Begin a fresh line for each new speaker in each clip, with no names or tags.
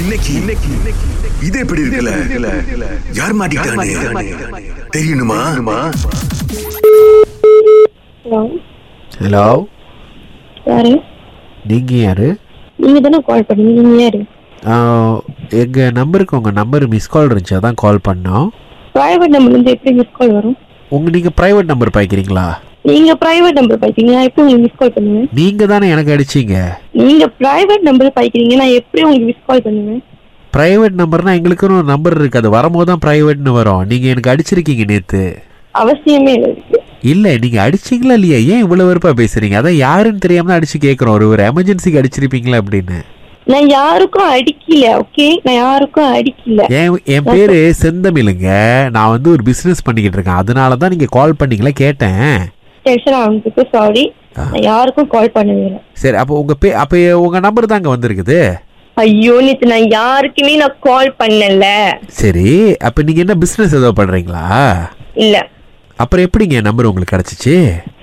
இன்னைக்கு இன்னைக்கு இது எப்படி இருக்குல்ல யார் மாட்டிக்கிட்டானே தெரியணுமா
ஹலோ
ஹலோ
யாரு
நீங்கள் யார்
நீங்க தானே கால் பண்ணீங்க நீங்க யாரு
எங்கள் நம்பருக்கு உங்கள் நம்பர் மிஸ் கால் இருந்துச்சு அதான் கால் பண்ணோம்
பிரைவேட் நம்பர்ல இருந்து எப்படி மிஸ் கால் வரும்
உங்கள் நீங்கள் ப்ரைவேட் நம்பர் பாய்க்கிறீங்களா
நீங்க பிரைவேட் நம்பர் பாய்க்கிறீங்க நான் எப்படி உங்களுக்கு மிஸ் கால் பண்ணுவேன்
நீங்கள் தானே எனக்கு அடிச்சீங்க
நீங்க பிரைவேட் நம்பர் பாய்க்கிறீங்க நான் எப்படி உங்களுக்கு மிஸ் கால் பண்ணுவேன்
ப்ரைவேட் நம்பர்னா எங்களுக்குன்னு ஒரு நம்பர் இருக்குது அது வரும்போது தான் ப்ரைவேட்னு வரும் நீங்கள் எனக்கு அடிச்சிருக்கீங்க நேற்று
அவசியமே இல்லை இதுக்கு.
இல்லை நீங்கள் அடிச்சீங்களா இல்லையா ஏன் இவ்வளோ வெறுப்பாக பேசுகிறீங்க அதான் யாருன்னு தெரியாம தான் அடிச்சு கேட்குறோம் ஒரு ஒரு எமர்ஜென்சிக்கு அடிச்சிருப்பீங்களா அப்படின்னு
நான் யாருக்கும் அடிக்கல ஓகே நான் யாருக்கும் அடிக்கல
என் என் பேர் செந்தமிழுங்க நான் வந்து ஒரு பிஸ்னஸ் பண்ணிக்கிட்டு இருக்கேன் அதனால தான் நீங்கள் கால் பண்ணீங்களா கேட்டேன்
டென்ஷன் ஆகுதுக்கு சாரி நான் யாருக்கும் கால் பண்ணவே இல்லை
சரி அப்போ உங்கள் பே அப்போ உங்கள் நம்பர் தாங்க வந்திருக்குது
ஐயோ நேத்து நான் யாருக்குமே நான் கால் பண்ணல
சரி அப்போ நீங்கள் என்ன பிஸ்னஸ் ஏதோ பண்ணுறீங்களா
இல்ல
அப்புறம் எப்படிங்க என் நம்பர் உங்களுக்கு கிடச்சிச்சு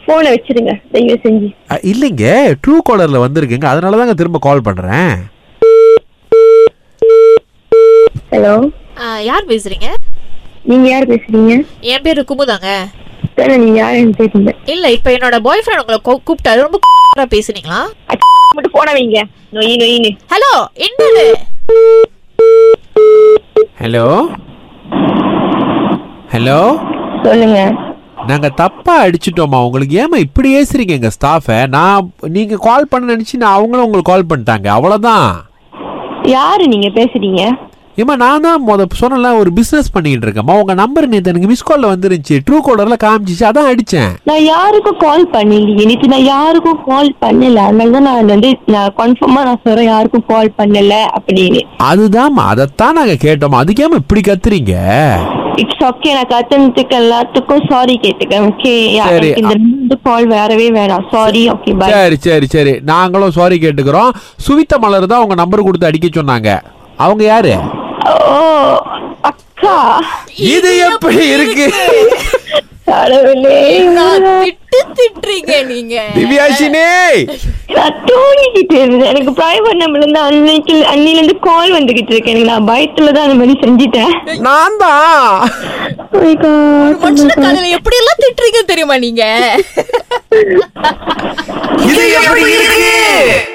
போனை வச்சிருங்க தயவு செஞ்சு
அ, இல்லைங்க ட்ரூ காலரில் வந்திருக்குங்க அதனால தாங்க திரும்ப கால் பண்ணுறேன்
ஹலோ
ஆ, யார் பேசுறீங்க
நீங்க யார் பேசுறீங்க
என் பேரு குமுதாங்க
தானே நீங்க யாருன்னு தெரியல
இல்ல இப்ப என்னோட பாய் ஃப்ரெண்ட் உங்களை கூ- கூப்பிட்டாரு ரொம்ப கூப்பிட்டா பேசுனீங்களா
அடி- மட்டும் போன வைங்க நொய் நொயின்னு
ஹலோ என்னது
ஹலோ ஹலோ
சொல்லுங்க
நாங்கள் தப்பாக அடிச்சிட்டோமா உங்களுக்கு ஏமா இப்படி ஏசுறீங்க எங்கள் ஸ்டாஃபை நான் நீங்கள் கால் பண்ண நினச்சி நான் அவங்களும் உங்களுக்கு கால் பண்ணிட்டாங்க அவ்வளோதான்
யாரு நீங்க பேசுறீங்க
ஏம்மா நான் தான் முத சொன்னல ஒரு பிஸ்னஸ் பண்ணிக்கிட்டு இருக்கேம்மா உங்கள் நம்பர் நேற்று எனக்கு மிஸ் காலில் வந்துருந்துச்சு ட்ரூ காலரில் காமிச்சிச்சு அதான் அடித்தேன்
நான் யாருக்கும் கால் பண்ணலையே நேற்று நான் யாருக்கும் கால் பண்ணல அதனால தான் நான் வந்து நான் கன்ஃபார்மா நான் சொல்றேன் யாருக்கும் கால் பண்ணல அப்படின்னு
அதுதான்மா அதைத்தான் நாங்கள் கேட்டோம்மா அதுக்கேம்மா இப்படி கத்துறீங்க
இட்ஸ் ஓகே நான் கத்தனத்துக்கு எல்லாத்துக்கும் சாரி கேட்டுக்கேன் ஓகே
சரி.
இந்த ரெண்டு கால் வேறவே வேணாம் சாரி ஓகே பை
சரி சரி சரி நாங்களும் சாரி கேட்டுக்கிறோம் சுவித்த மலர் தான் உங்கள் நம்பர் கொடுத்து அடிக்க சொன்னாங்க அவங்க யாரு
ஓ அக்கா
இது எப்படி இருக்கு
கடவுளே
நான் திட்டு திட்டுறீங்க நீங்க
திவ்யாஷினே
நான் தூங்கிக்கிட்டு இருந்தேன் எனக்கு பிரைவேட் நம்பர்ல இருந்து அன்னைக்கு அன்னில இருந்து கால் வந்துகிட்டு இருக்கு எனக்கு நான் பயத்துல தான் அந்த மாதிரி செஞ்சிட்டேன்
நான் தான்
Oh my God.
மனுஷன காலையில எப்படி எல்லாம் திட்டுறீங்க தெரியுமா நீங்க
இது எப்படி இருக்கு